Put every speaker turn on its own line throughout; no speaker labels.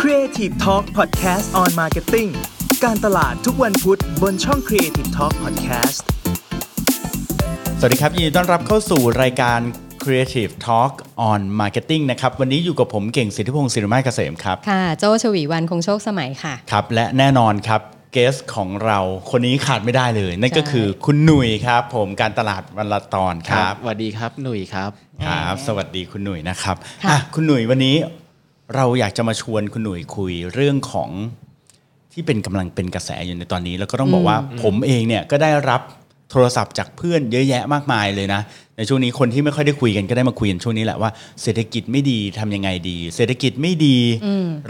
Creative Talk Podcast on Marketing การตลาดทุกวันพุธบนช่อง Creative Talk Podcast
สวัสดีครับยินดีต้อนรับเข้าสู่รายการ Creative Talk on Marketing นะครับ วันนี้อยู่กับผมเก่งสิทธิพงศ์ศิริมาศเกษมครับ
ค่ะ โจชวีวันคงโชคสมัยค่ะ
ครับ และแน่นอนครับเกสของเราคนนี้ขาดไม่ได้เลย นั่นก็
ใช่
คือคุณหนุ่ยครับ ผมการตลาดวันละตอนครับ
สวัสดีครับหนุ่ยครับ
ครับ สวัสดีคุณหนุ่ยนะครับ
ค่ะ
อ่ะคุณหนุ่ยวันนี้เราอยากจะมาชวนคุณหนุ่ยคุยเรื่องของที่เป็นกำลังเป็นกระแสอยู่ในตอนนี้ แล้วก็ต้องบอกว่าผมเองเนี่ยก็ได้รับโทรศัพท์จากเพื่อนเยอะแยะมากมายเลยนะ ในช่วงนี้คนที่ไม่ค่อยได้คุยกันก็ได้มาคุยกันช่วงนี้แหละว่าเศรษฐกิจไม่ดีทำยังไงดี เศรษฐกิจไม่ดี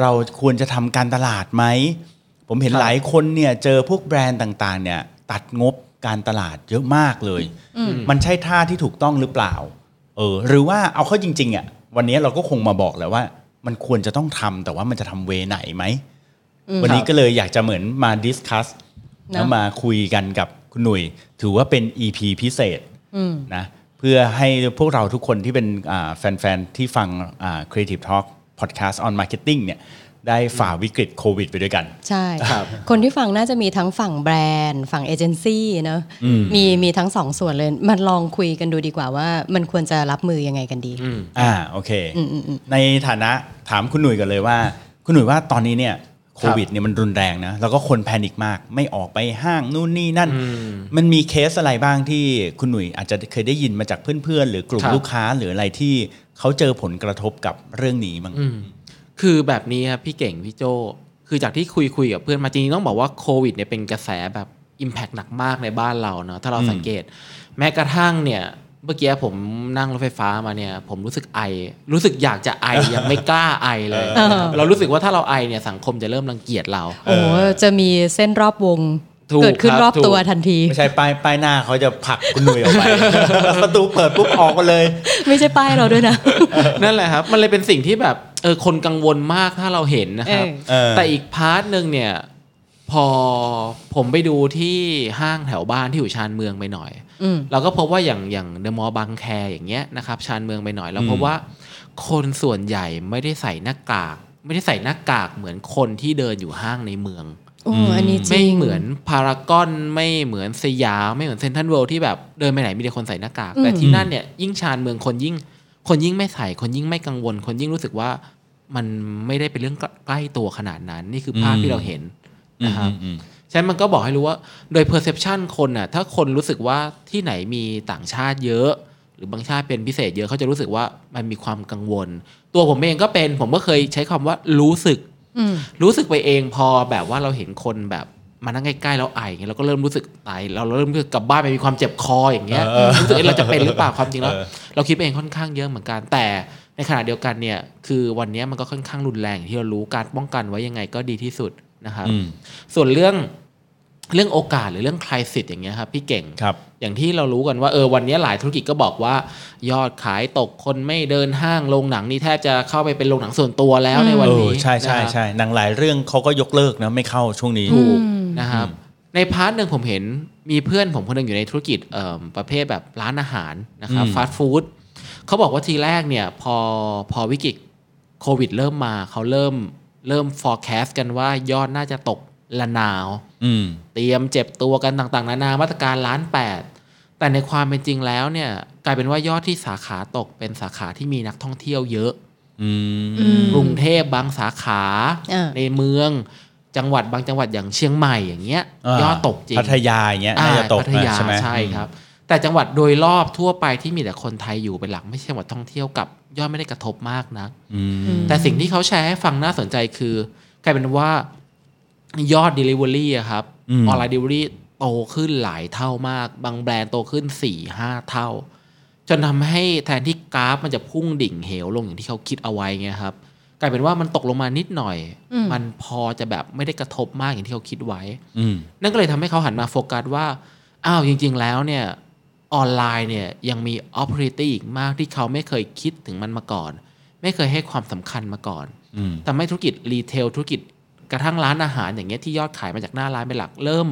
เราควรจะทำการตลาดไหม ผมเห็น
ครับ
หลายคนเนี่ยเจอพวกแบรนด์ต่างๆ เนี่ยตัดงบการตลาดเยอะมากเลย มันใช่ท่าที่ถูกต้องหรือเปล่า เออ หรือว่าเอาเข้าจริงๆอ่ะวันนี้เราก็คงมาบอกแหละว่า มันควรจะต้องทำแต่ว่ามันจะทำเวไหนไหม วันนี้ก็เลยอยากจะเหมือนมาดิสคัส
เนอะ
แล้วมาคุยกันกับคุณหนุ่ย ถือว่าเป็น EP พิเศษนะเพื่อให้พวกเราทุกคนที่เป็นอ่าแฟน ๆ ที่ฟังอ่า Creative Talk Podcast on Marketing เนี่ยได้ฝ่าวิกฤตโควิดไปด้วยกัน
ใช่
ครับ
คนที่ฟังน่าจะมีทั้งฝั่งแบรนด์ ฝั่งเอเจนซี่เนอะมีมีทั้งสองส่วนเลย มันลองคุยกันดูดีกว่าว่า มันควรจะรับมือยังไงกันดี
อ่าโอเค ในฐานะถามคุณหนุ่ยกันเลยว่า คุณหนุ่ยว่าตอนนี้เนี่ยโควิดเนี่ยมันรุนแรงนะแล้วก็คนแพนิคมาก ไม่ออกไปห้างนู่นนี่นั่น มันมีเคสอะไรบ้างที่คุณหนุ่ยอาจจะเคยได้ยินมาจากเพื่อนๆ หรือกลุ่ม
ครับ
ลูกค้าหรืออะไรที่เขาเจอผลกระทบกับเรื่องนี้บ้าง
คือแบบนี้ครับพี่เก่งพี่โจคือจากที่คุยคุยกับเพื่อนมาจริงๆต้องบอกว่าโควิดเนี่ยเป็นกระแสแบบ Impact หนักมากในบ้านเราเนาะถ้าเรา
อืม
สังเกต แม้กระทั่งเนี่ยเมื่อกี้ผมนั่งรถไฟฟ้ามาเนี่ยผมรู้สึกไอ รู้สึกอยากจะไอ ยังไม่กล้าไอเลย
เออ
เรารู้สึกว่าถ้าเราไอเนี่ยสังคมจะเริ่มรังเกียจเรา
โอ้โหจะมีเส้นรอบวง
ถูก
เกิดขึ้น
ครับ
รอบ
ถูก
ตัวทันที
ไม่ใช่ป้ายป้ายหน้าเขาจะผลักคุณหนุ่ยอ อกไป ประตูเปิดปุ๊บออกมาเลย
ไม่ใช่ป้ายเราด้วยนะ
นั่นแหละครับ มันเลยเป็นสิ่งที่แบบเออคนกังวลมากถ้าเราเห็นนะครับ
เออ
แต่อีกพาร์ทหนึ่งเนี่ย พอผมไปดูที่ห้างแถวบ้านที่อยู่ชานเมืองไปหน่อย
อืม
เราก็พบว่าอย่างอย่างเดอะมอลล์บางแคอย่างเงี้ยนะครับชานเมืองไปหน่อยแล้วพบว่า คนส่วนใหญ่ไม่ได้ใส่หน้ากาก ไม่ได้ใส่หน้ากากเหมือนคนที่เดินอยู่ห้างในเมือง
โอ้อันนี้จ
ไม่
ริง
เหมือนพารากอนไม่เหมือนสยามไม่เหมือนเซนทรัลเวิลด์ที่แบบเดินไปไหนมีแต่คนใส่หน้ากาก
อืม
แต่ที่นั่นเนี่ยยิ่งชานเมืองคนยิ่ง คนยิ่งไม่ใส่คนยิ่งไม่กังวล คนยิ่งรู้สึกว่ามันไม่ได้เป็นเรื่องใกล้ตัวขนาดนั้น นี่คือภาพ
อืม
ที่เราเห็น
อื
นะครับ
มอืม
ฉะนั้นมันก็บอกให้รู้ว่าโดย perception คนน่ะถ้าคนรู้สึกว่าที่ไหนมีต่างชาติเยอะ หรือบางชาติเป็นพิเศษเยอะเขาจะรู้สึกว่ามันมีความกังวล ตัวผมเองก็เป็นผมก็เคยใช้คำว่ารู้สึก
อืม
รู้สึกไปเองพอแบบว่าเราเห็นคนแบบมานั่งใกล้ๆแล้วไออย่างเงี้ยเราก็เริ่มรู้สึกไอเราเริ่มรู้สึกกลับบ้านไปมีความเจ็บคออย่างเงี้ย
เออ
รู้สึกเอ๊ะเราจะเป็นหรือเปล่าความจริงแล้ว
เออ
เราคิดไปเองค่อนข้างเยอะเหมือนกันแต่ในขณะเดียวกันเนี่ยคือวันเนี้ยมันก็ค่อนข้างรุนแรงอย่างที่เรารู้การป้องกันไว้ยังไงก็ดีที่สุดนะครับ
อืม
ส่วนเรื่องเรื่องโอกาสหรือเรื่องคลายสิทธิ์อย่างเงี้ยครับพี่เก่ง
ครับ
อย่างที่เรารู้กันว่าเออวันนี้หลายธุรกิจก็บอกว่า ยอดขายตกคนไม่เดินห้างโรงหนังนี่แทบจะเข้าไปเป็นโรงหนังส่วนตัวแล้วในวันนี้
เออใช่ใช่
นะครับ
ใช่หนังหลายเรื่องเขาก็ยกเลิกนะไม่เข้าช่วงนี้
ถูก
อืม
นะครับในพาร์ทหนึ่งผมเห็นมีเพื่อนผมคนหนึ่งอยู่ในธุรกิจเอิ่มประเภทแบบร้านอาหารนะครับ
อืม
ฟาสต์ฟู้ดเขาบอกว่าทีแรกเนี่ยพอพอวิกฤตโควิดเริ่มมาเขาเริ่มเริ่ม forecast กันว่ายอดน่าจะตกละนาว
อืม
เตรียมเจ็บตัวกันต่างๆ นานามาตรการล้านแปดแต่ในความเป็นจริงแล้วเนี่ยกลายเป็นว่ายอดที่สาขาตกเป็นสาขาที่มีนักท่องเที่ยวเยอะ
อืม
อืม
กรุงเทพบางสาขา
อ่า
ในเมืองจังหวัดบางจังหวัดอย่างเชียงใหม่อย่างเงี้ย
าย
อดตกจริง
พัทยาอย่างเงี้ย
อ่
น่าจะตก
พัทยา
นะใช่ไหม
ใช่ครับ แต่จังหวัดโดยรอบทั่วไปที่มีแต่คนไทยอยู่เป็นหลักไม่ใช่จังหวัดท่องเที่ยวกับยอดไม่ได้กระทบมากนะ
อืม
อืม
แต่สิ่งที่เขาแชร์ให้ฟังน่าสนใจคือกลายเป็นว่ายอด Delivery อะครับ
อืม
ออนไลน์ Delivery โตขึ้นหลายเท่ามาก บางแบรนด์โตขึ้น4ี่ห้าเท่า จนทำให้แทนที่กราฟมันจะพุ่งดิ่งเหวลงอย่างที่เขาคิดเอาไว้เงี้ยครับกลายเป็นว่ามันตกลงมานิดหน่อย
อืม
มันพอจะแบบไม่ได้กระทบมากอย่างที่เขาคิดไว้
อืม
นั่นก็เลยทำให้เขาหันมาโฟกัสว่าอ้าวจริง ๆ แล้วเนี่ยออนไลน์เนี่ยยังมี opportunity อีกมากที่เขาไม่เคยคิดถึงมันมาก่อน ไม่เคยให้ความสำคัญมาก่อน
อืม
ทำให้ธุรกิจรีเทลธุรกิจกระทั่งร้านอาหารอย่างเงี้ยที่ยอดขายมาจากหน้าร้านเป็นหลักเริ่ม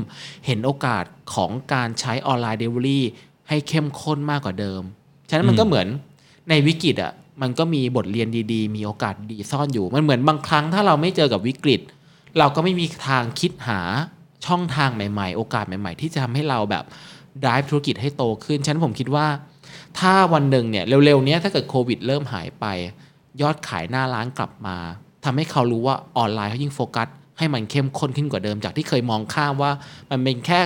เห็นโอกาสของการใช้ออนไลน์เดลิเวอรี่ให้เข้มข้นมากกว่าเดิม ฉะนั้นมันก็เหมือนในวิกฤตอ่ะ มันก็มีบทเรียนดีๆ มีโอกาสดีซ่อนอยู่ มันเหมือนบางครั้งถ้าเราไม่เจอกับวิกฤต เราก็ไม่มีทางคิดหาช่องทางใหม่ ๆ โอกาสใหม่ ๆ ที่จะทำให้เราแบบ drive ธุรกิจให้โตขึ้นฉะนันผมคิดว่า ถ้าวันหนึ่งเนี่ยเร็วๆเนี้ยถ้าเกิดโควิดเริ่มหายไป ยอดขายหน้าร้านกลับมาทำให้เขารู้ว่าออนไลน์เขายิ่งโฟกัส ให้มันเข้มข้นขึ้นกว่าเดิมจากที่เคยมองข้ามว่ามันเป็นแค่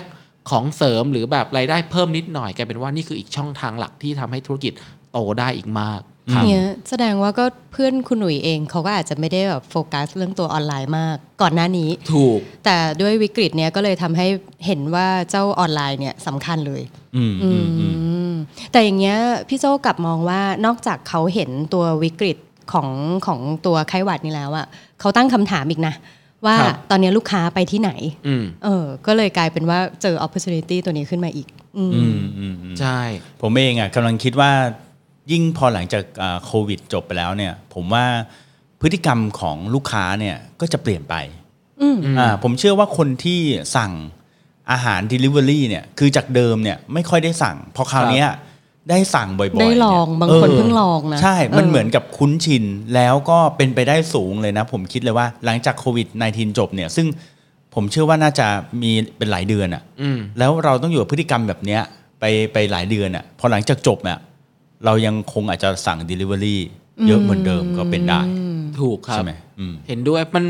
ของเสริมหรือแบบรายได้เพิ่มนิดหน่อยกลายเป็นว่านี่คืออีกช่องทางหลักที่ทำให้ธุรกิจโตได้อีกมากครับ
เนี่ยแสดงว่าก็เพื่อนคุณหนุ่ยเองเขาก็อาจจะไม่ได้แบบโฟกัสเรื่องตัวออนไลน์มาก ก่อนหน้านี้
ถูก
แต่ด้วยวิกฤตเนี้ยก็เลยทำให้เห็นว่าเจ้าออนไลน์เนี่ยสำคัญเลย
อืมอืมอืม
อืมแต่อย่างเงี้ยพี่โจ้กลับมองว่านอกจากเขาเห็นตัววิกฤตของของตัวไข้หวัดนี่แล้วอะเขาตั้งคำถามอีกนะ ว่า
ครับ
ตอนเนี้ยลูกค้าไปที่ไหน
อืม
เออ ก็เลยกลายเป็นว่าเจอ opportunity ตัวนี้ขึ้นมาอีก อืม
อืมอืมอืม
ใช่
ผมเองอ่ะกำลังคิดว่ายิ่งพอหลังจากอ่าโควิดจบไปแล้วเนี่ย ผมว่าพฤติกรรมของลูกค้าเนี่ยก็จะเปลี่ยนไปอ่าผมเชื่อว่าคนที่สั่งอาหาร Delivery เนี่ยคือจากเดิมเนี่ยไม่ค่อยได้สั่ง พอคราวเนี้ยได้สั่งบ่อยๆ
ได้ลอง
ย
บางคนเพิ่งลองนะ
ใช่ มัน
เออ
เหมือนกับคุ้นชินแล้วก็เป็นไปได้สูงเลยนะ ผมคิดเลยว่าหลังจากโควิด -19 จบเนี่ยซึ่งผมเชื่อว่าน่าจะมีเป็นหลายเดือนอ่ะ
อืม
แล้วเราต้องอยู่กับพฤติกรรมแบบเนี้ยไปไปหลายเดือนอะ่ะพอหลังจากจบเนี่ยเรายังคงอาจจะสั่ง Delivery เยอะเหมือนเดิมก็เป็นได้
ถูกครับ
ใช่ไหมอืม
เห็นด้วยมัน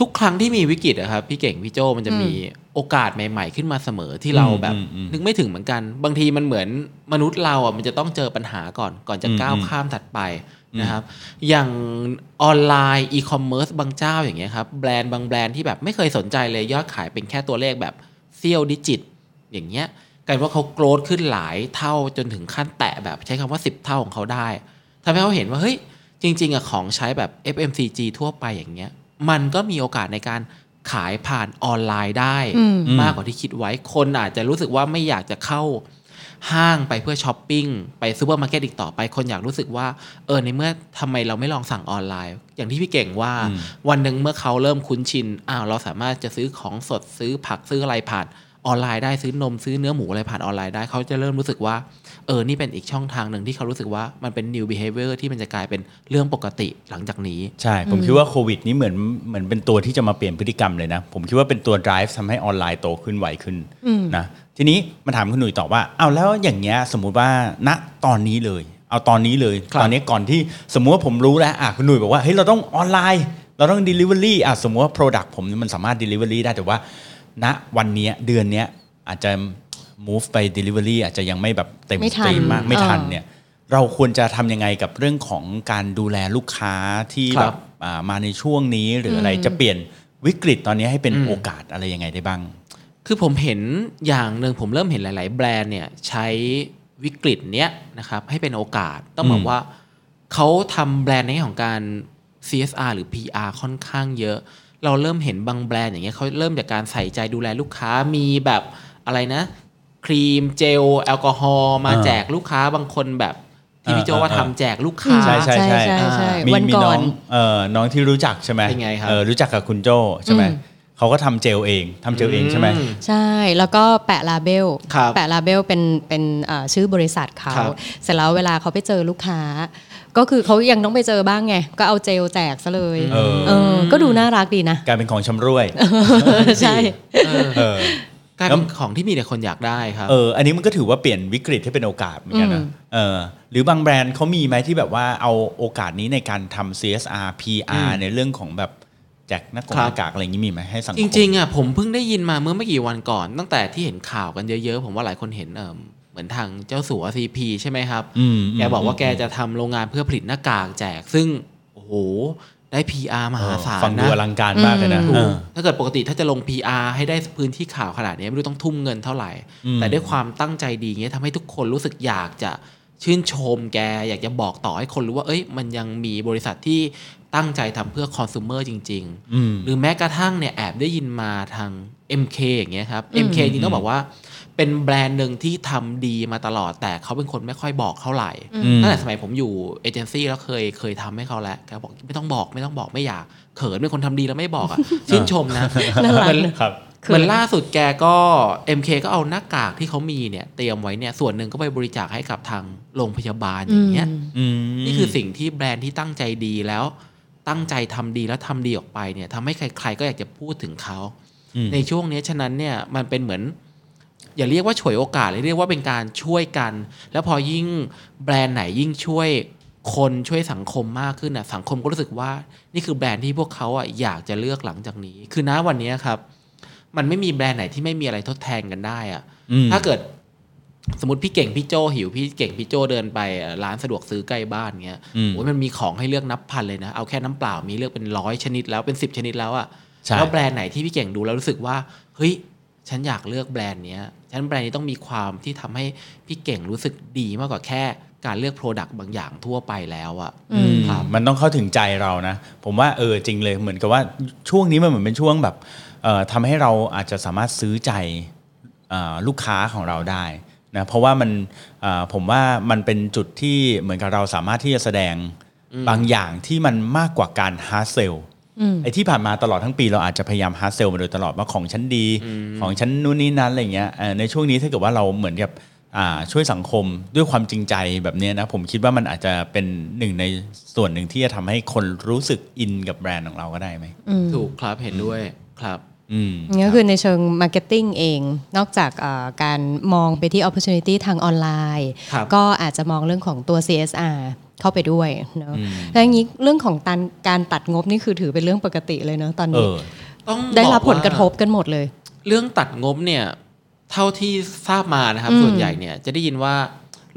ทุกครั้งที่มีวิกฤตอะครับพี่เก่งพี่โจมันจะมีโอกาสใหม่ ๆ ขึ้นมาเสมอที่เราแบบ
อืมอืม
นึกไม่ถึงเหมือนกัน บางทีมันเหมือนมนุษย์เราอะมันจะต้องเจอปัญหาก่อนก่อนจะ
อืม
ก้าว
อืม
ข้ามถัดไปนะครับ อย่างออนไลน์อีคอมเมิร์ซบางเจ้าอย่างเงี้ยครับแบรนด์บางแบรนด์ที่แบบไม่เคยสนใจเลยยอดขายเป็นแค่ตัวเลขแบบเซี่ยวดิจิต อย่างเงี้ยกลายเป็นว่าเขาโกรธขึ้นหลายเท่าจนถึงขั้นแตะแบบใช้คำว่า 10 เท่าของเขาได้ ทำให้เขาเห็นว่าเฮ้ยจริง ๆอะของใช้แบบ FMCG ทั่วไปอย่างเงี้ย มันก็มีโอกาสในการขายผ่านออนไลน์ได้
อืม
อืม
มากกว่าที่คิดไว้คนอาจจะรู้สึกว่าไม่อยากจะเข้าห้างไปเพื่อช้อปปิ้งไปซูเปอร์มาร์เก็ตอีกต่อไป คนอยากรู้สึกว่า เออในเมื่อทำไมเราไม่ลองสั่งออนไลน์ อย่างที่พี่เก่งว่า วันหนึ่งเมื่อเขาเริ่มคุ้นชินอ้าวเราสามารถจะซื้อของสดซื้อผักซื้ออะไรผ่านออนไลน์ได้ซื้อนมซื้อเนื้อหมูอะไรผ่านออนไลน์ได้เขาจะเริ่มรู้สึกว่า เออ นี่เป็นอีกช่องทางหนึ่งที่เขารู้สึกว่ามันเป็น new behavior ที่มันจะกลายเป็นเรื่องปกติหลังจากนี้
ใช่ ผมคิดว่าโควิดนี้เหมือนเหมือนเป็นตัวที่จะมาเปลี่ยนพฤติกรรมเลยนะ ผมคิดว่าเป็นตัว drive ทำให้ออนไลน์โตขึ้นไวขึ้นนะทีนี้มาถามคุณหนุ่ยต่อว่าเอาแล้วอย่างเงี้ยสมมุติว่าณตอนนี้เลย เอาตอนนี้เลย
ครับ
ตอนนี้ก่อนที่สมมุติว่าผมรู้แล้วอ่ะคุณหนุ่ยบอกว่าเฮ้ยเราต้องออนไลน์ เราต้อง Delivery อ่ะสมมุติว่า Product ผมมันสามารถ Delivery ได้แต่ว่า ณวันเนี้ยเดือนเนี้ยอาจจะ move ไป Delivery อาจจะยังไม่แบบเต็ม
ไม่
ส
ทัน
ตรีมมากไม่
เออ
ทันเนี่ย เราควรจะทำยังไงกับเรื่องของการดูแลลูกค้าที่
ค
แบ
รั
บบ อ่ามาในช่วงนี้หรืออะไรจะเปลี่ยนวิกฤตตอนนี้ให้เป็นโอกาสอะไรยังไงได้บ้าง
คือผมเห็นอย่างหนึ่งผมเริ่มเห็นหลาย ๆ แบรนด์เนี่ยใช้วิกฤตเนี้ยนะครับให้เป็นโอกาสต้องบอ
อื
ก
ม
ว่าเขาทำแบรนด์ในแง่ของการ CSR หรือ PR ค่อนข้างเยอะ เราเริ่มเห็นบางแบรนด์อย่างเงี้ยเขาเริ่มจากการใส่ใจดูแลลูกค้ามีแบบอะไรนะ ครีมเจล แอลกอฮอล์มาแจกลูกค้าบางคนแบบที่พี่โจว่าทำแจกลูกค้า
ใช่ใช่ใช่
ใช่ใช่
มี
วัน
มี
ก่
น้
อ
อน งเอ่อน้องที่รู้จักใช่ไหม
เป็นไงครับ
เออรู้จักกับคุณโจใช่ไหม
อืม
เขาก็ทำเจลเองทำเจลเองใช่ไหม
อืม
ใช่ แล้วก็แปะลาเบล
ครับ
แปะลาเบลเป็นเป็นเอ่อชื่อบริษัทเขา
ครับ
เสร็จแล้วเวลาเขาไปเจอลูกค้า ก็คือเขายังต้องไปเจอบ้างไง ก็เอาเจลแจกซะเลย
เออ
เออ ก็ดูน่ารักดีนะ
กลายเป็นของชำรวย
ใช่
เออ
เออ
กลายเป็นของที่มีแต่คนอยากได้ครับ
เออ อันนี้มันก็ถือว่าเปลี่ยนวิกฤตให้เป็นโอกาสเหมือนกันนะ
อืม
เออ หรือบางแบรนด์เขามีไหมที่แบบว่าเอาโอกาสนี้ในการทำ CSR
อื
PR
ม
ในเรื่องของแบบแจกหน้ากาก
ครับ
หน้ากากอะไรอย่างนี้มีไหมให้สังคม
จริงๆอ่ะผมเพิ่งได้ยินมาเมื่อไม่กี่วันก่อน ตั้งแต่ที่เห็นข่าวกันเยอะๆ ผมว่าหลายคนเห็นเอ่มเหมือนทางเจ้าสัวซีพีใช่ไหมครับ
อืม
แกบอกว่า
อืม
แกจะทำโรงงานเพื่อผลิตหน้ากากแจก ซึ่ง โอ้โห ได้ PR ม
เอ
หา
อ
ศาล
ฟังดู
นะ
อลังการมากเลยนะ
ถูก
เออ
ถ้าเกิดปกติถ้าจะลง PR ให้ได้พื้นที่ข่าวขนาดนี้ไม่รู้ต้องทุ่มเงินเท่าไหร่
อืม
แต่ด้วยความตั้งใจดีเงี้ยทำให้ทุกคนรู้สึกอยากจะชื่นชมแก อยากจะบอกต่อให้คนรู้ว่า เอ้ย มันยังมีบริษัทที่ตั้งใจทำเพื่อคอน sumer จริง
อืม
ๆ หรือแม้กระทั่งเนี่ยแอบได้ยินมาทาง MK อย่างเงี้ยครับ MK จริงๆต้องบอกว่า เป็นแบรนด์หนึ่งที่ทำดีมาตลอด แต่เขาเป็นคนไม่ค่อยบอกเท่าไหร่
อืม
ตั้งแต่สมัยผมอยู่เอเจนซี่แล้วเคยเคยทำให้เขาแล้วแกบอก ไม่ต้องบอกไม่ต้องบอกไม่อยากเขินเป็นคนทำดีแล้วไม่บอกอ่ะ ชื่นชมนะ
น่ารัก
เหมือน
ครับ
คือ
เหมือนล่าสุดแกก็ MK ก็เอาหน้ากากที่เขามีเนี่ยเตรียมไว้เนี่ยส่วนหนึ่งก็ไปบริจาคให้กับทางโรงพยาบาลอย่างเงี้ย
อืม
อืม
นี่คือสิ่งที่แบรนด์ที่ตั้งใจดีแล้ว ตั้งใจทำดีแล้วทำดีออกไปเนี่ยทำให้ใครๆ ก็อยากจะพูดถึงเขา
อืม
ในช่วงเนี้ยฉะนั้นเนี่ยมันเป็นเหมือน อย่าเรียกว่าฉวยโอกาสเลยเรียกว่าเป็นการช่วยกัน แล้วพอยิ่งแบรนด์ไหนยิ่งช่วยคนช่วยสังคมมากขึ้นน่ะสังคมก็รู้สึกว่า นี่คือแบรนด์ที่พวกเขาอ่ะอยากจะเลือกหลังจากนี้ คือณวันเนี้ยครับ มันไม่มีแบรนด์ไหนที่ไม่มีอะไรทดแทนกันได้อ่ะ
อืม
ถ้าเกิดสมมติพี่เก่งพี่โจหิวพี่เก่งพี่โจเดินไปเอ่อร้านสะดวกซื้อใกล้บ้านเงี้ย
อืม
โอ้ยมันมีของให้เลือกนับพันเลยนะ เอาแค่น้ำเปล่ามีเลือกเป็นร้อยชนิดแล้วเป็นสิบชนิดแล้วอะ่ะ
ใช่
แล้วแบรนด์ไหนที่พี่เก่งดูแล้วรู้สึกว่าเฮ้ยฉันอยากเลือกแบรนด์เนี้ยฉันแบรนด์นี้ต้องมีความที่ทำให้พี่เก่งรู้สึกดีมากกว่าแค่การเลือกโปรดักต์บางอย่างทั่วไปแล้วอะ่ะ
อืม
ครับ
มันต้องเข้าถึงใจเรานะ ผมว่าเออจริงเลยเหมือนกับว่าช่วงนี้มันเหมือนเป็นช่วงแบบเอ่อทำให้เราอาจจะสามารถซื้อใจเอ่อลูกค้าของเราได้นะเพราะว่ามันเอ่อผมว่ามันเป็นจุดที่เหมือนกับเราสามารถที่จะแสดงบางอย่างที่มันมากกว่าการฮาร์เซล
อืม
ไอ้ที่ผ่านมาตลอดทั้งปีเราอาจจะพยายามฮาร์เซลมาโดยตลอดว่าของฉันดีของฉันนู่นนี่นั้นอะไรเงี้ยเอ่อในช่วงนี้ถ้าเกิดว่าเราเหมือนกับอ่าช่วยสังคมด้วยความจริงใจแบบเนี้ยนะผมคิดว่ามันอาจจะเป็นหนึ่งในส่วนหนึ่งที่จะทำให้คนรู้สึกอินกับแบรนด์ของเราก็ได้ไหม
ถูกครับเห็นด้วยครับ
อืม
งั้นก็คือในเชิง Marketing เอง นอกจากเอ่อการมองไปที่ opportunity ทางออนไลน์
ครับ
ก็อาจจะมองเรื่องของตัว CSR เข้าไปด้วยเนอะแล้วอย่างนี้เรื่องของตันการตัดงบนี่คือถือเป็นเรื่องปกติเลยเนอะตอน
เอ
นี้
อ
ต้อง
ได้รับ
อ
ผ
ว่า
ลกระทบกันหมดเลย
เรื่องตัดงบเนี่ยเท่าที่ทราบมานะครับ
อืม
ส่วนใหญ่เนี่ยจะได้ยินว่า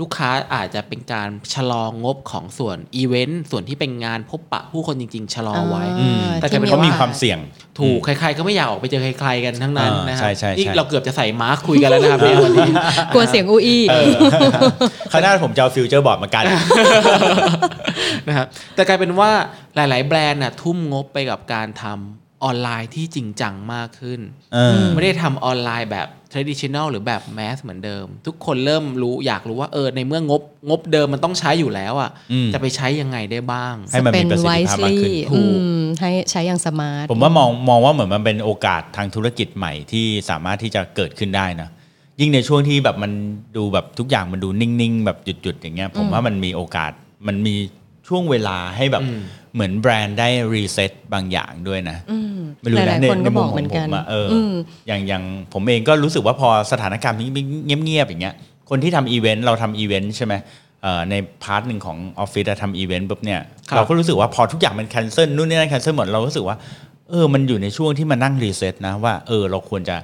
ลูกค้าอาจจะเป็นการชะลองงบของส่วนอีเวนต์ส่วนที่เป็นงานพบปะผู้คนจริง ๆ ชะลอไว้
อืม
แต่
ที่
จะ
เพราะมีความเสี่ยง
ถูกใคร ๆ ก็ไม่อยากออกไปเจอใครๆกันทั้งนั้น
อ่าน
นะค
ใช่
รับ
ใช่
นี่
ใช่
เราเกือบจะใส่มาร์คคุยกันแล้วนะครับเนี่ยวันนี้
กลัวเสียงอูอี
คณะผมจะเอาฟิวเจอร์บอร์ดมากัน
นะครับ แต่กลายเป็นว่าหลาย ๆ แบรนด์น่ะทุ่มงบไปกับการทำออนไลน์ที่จริงจังมากขึ้น
เออ
ไม่ได้ทำออนไลน์แบบ traditional หรือแบบ mass เหมือนเดิม ทุกคนเริ่มรู้อยากรู้ว่าเออในเมื่องบงบเดิมมันต้องใช้อยู่แล้วอะ
อืม
่ะ จะไปใช้ยังไงได้บ้าง
ให้มันมี
เป็น
ประสิทธิภาพมาก
wisely
ขึ้น
ถูก
อืมให้ใช้อย่างสมาร์ท
ผมว่ามองมองว่าเหมือนมันเป็นโอกาสทางธุรกิจใหม่ที่สามารถที่จะเกิดขึ้นได้นะ ยิ่งในช่วงที่แบบมันดูแบบทุกอย่างมันดูนิ่งๆ แบบหยุดๆ อย่างเงี้ย ผมว่ามันมีโอกาสมันมีช่วงเวลาให้แบบ
อืม
เหมือนแบรนด์ได้รีเซ็ตบางอย่างด้วยนะ
อืม
ไม่รู้
ห
นะ
ลาย
ใน
ๆคน
ใน
ก็
มุ
บ
ม
อก
ข
เหมื
อง
อน
ผ
กัน
มอะเอออ
ม
อย่างอย่างผมเองก็รู้สึกว่าพอสถานการณ์นี้เงียบๆอย่างเงี้ย คนที่ทำอีเวนต์เราทำอีเวนต์ใช่ไหมเอ่อในพาร์ทหนึ่งของออฟฟิศอะทำอีเวนต์ปุ๊บเนี่ย
ครับ
เราก็รู้สึกว่าพอทุกอย่างมันแคนเซิลนู่นนี่นั่นแคนเซิลหมดเรารู้สึกว่าเออมันอยู่ในช่วงที่มันนั่งรีเซ็ตนะว่าเออเราควรจะ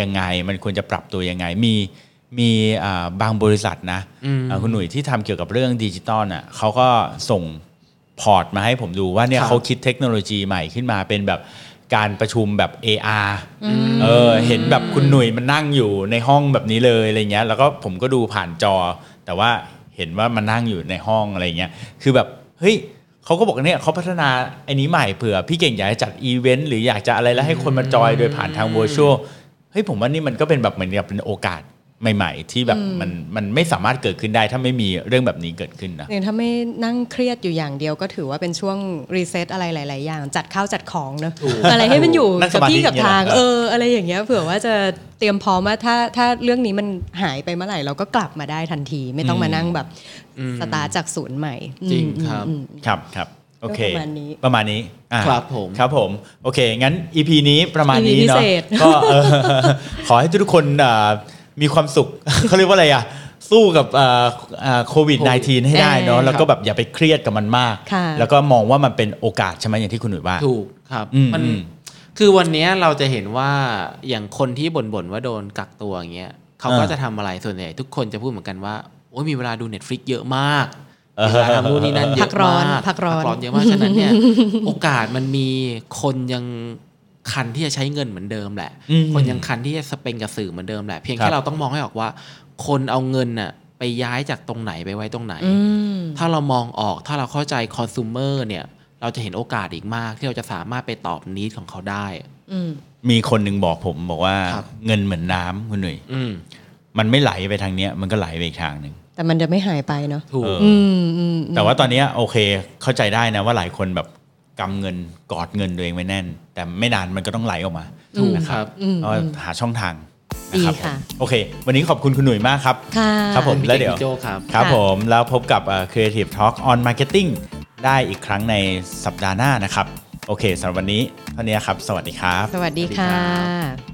ยังไงมันควรจะปรับตัวยังไงมีมีอ่าบางบริษัทนะอ่าคุณหนุ่ยที่ทำเกี่ยวกับเรื่องดิจิตอลอ่ะเขาก็ส่ง พอร์ตมาให้ผมดูว่าเนี่ย
ครับ
เขาคิดเทคโนโลยีใหม่ขึ้นมาเป็นแบบการประชุมแบบ AR เออเห็นแบบคุณหนุ่ยมันนั่งอยู่ในห้องแบบนี้เลยอะไรเงี้ยแล้วก็ผมก็ดูผ่านจอ แต่ว่าเห็นว่ามันนั่งอยู่ในห้องอะไรเงี้ยคือแบบเฮ้ยเขาก็บอกเนี่ยเขาพัฒนาไอ้นี้ใหม่เผื่อพี่เก่งอยากจะจัดอีเวนต์หรืออยากจะอะไรแล้วให้คนมาจอยโดยผ่านทางว r t u a l เฮ้ยผมว่านี่มันก็เป็นแบบเหมือนกับเป็นโอกาสใหม่ ๆ ที่แบบมันมันไม่สามารถเกิดขึ้นได้ถ้าไม่มีเรื่องแบบนี้เกิดขึ้นนะ
อย่างถ้าไม่นั่งเครียดอยู่อย่างเดียวก็ถือว่าเป็นช่วงรีเซ็ตอะไรหลาย ๆ อย่าง จัดข้าวจัดของเนอะอะไรให้มันอยู่
นั่งส
กับ
มาธิ
ที่กับทาง
อย่างเงี้ยเหรอ
เอออะไรอย่างเงี้ยเผื่อว่าจะเตรียมพร้อมว่าถ้าถ้าเรื่องนี้มันหายไปเมื่อไหร่เราก็กลับมาได้ทันที ไม่ต้องมานั่งแบบสตาร์ทจากศูนย์ใหม่อืม
จริงครับ
อืม
ครับครับโอเค
ประมาณนี้
ประมาณนี้อ่ะ
ครับผม
ครับผมโอเค งั้น EP นี้ประมาณ
EP
นี้
พิ
เนาะ
เศษ
ก็ เออ ขอให้ทุกคนอ่ามีความสุข เขาเรียกว่าอะไรอ่ะ สู้กับอ่าอ่าโควิด -19 ให้ได้เนาะแล้วก็แบบอย่าไปเครียดกับมันมาก
ค่ะ
แล้วก็มองว่ามันเป็นโอกาสใช่ไหมอย่างที่คุณหนุ่ยว่า
ถูกครับ
อืม
มัน
อืม
คือวันเนี้ยเราจะเห็นว่าอย่างคนที่บ่นๆว่าโดนกักตัวอย่างเงี้ยเขาก็
อ่า
จะทำอะไรส่วนใหญ่ทุกคนจะพูดเหมือนกันว่าโอ้ยมีเวลาดู Netflix เยอะมาก
เออ
มีเวลาทำนู่นนี่นั่นเย
พั
อะ
กร้อน
มาก
พักร้อน
เยอะมากฉะนั้นเนี่ย โอกาสมันมีคนยังคันที่จะใช้เงินเหมือนเดิมแหละ
อืม
คนยังคันที่จะสเปนกับสื่อเหมือนเดิมแหละเพียง
ครั
แค่
บ
เราต้องมองให้ออกว่า คนเอาเงินน่ะไปย้ายจากตรงไหนไปไว้ตรงไหน
อืม
ถ้าเรามองออกถ้าเราเข้าใจคอน sumer เนี่ย เราจะเห็นโอกาสอีกมาก ที่เราจะสามารถไปตอบนิดของเขาได้
อืม
มีคนหนึ่งบอกผมบอกว่า
ครับ
เงินเหมือนน้ำคุณหนุ่ย
อืม
มันไม่ไหลไปทางเนี้ยมันก็ไหลไปอีกทางหนึ่ง
แต่มันจะไม่หายไปเนาะ
ถูก
เออ
อืมอืมอืม
แต่ว่าตอนเนี้ยโอเคเข้าใจได้นะว่าหลายคนแบบ กำเงินกอดเงินตัวเองไว้แน่น แต่ไม่นานมันก็ต้องไหลออกมา
ถูกครับ
อืม
ก็หาช่องทางนะครับ
ดีค่ะ
โอเค วันนี้ขอบคุณคุณหนุ่ยมากครับ
ค่ะ
ครับผม แล้วเดี๋ยว
พี่โจครับ
ครับ
ค่ะ
ผมแล้วพบกับเอ่อ Creative Talk on Marketing ได้อีกครั้งในสัปดาห์หน้านะครับ โอเคสำหรับวันนี้เท่านี้ครับ สวัสดีครับ
สวัสดี
สวัสดีครั
ค่ะ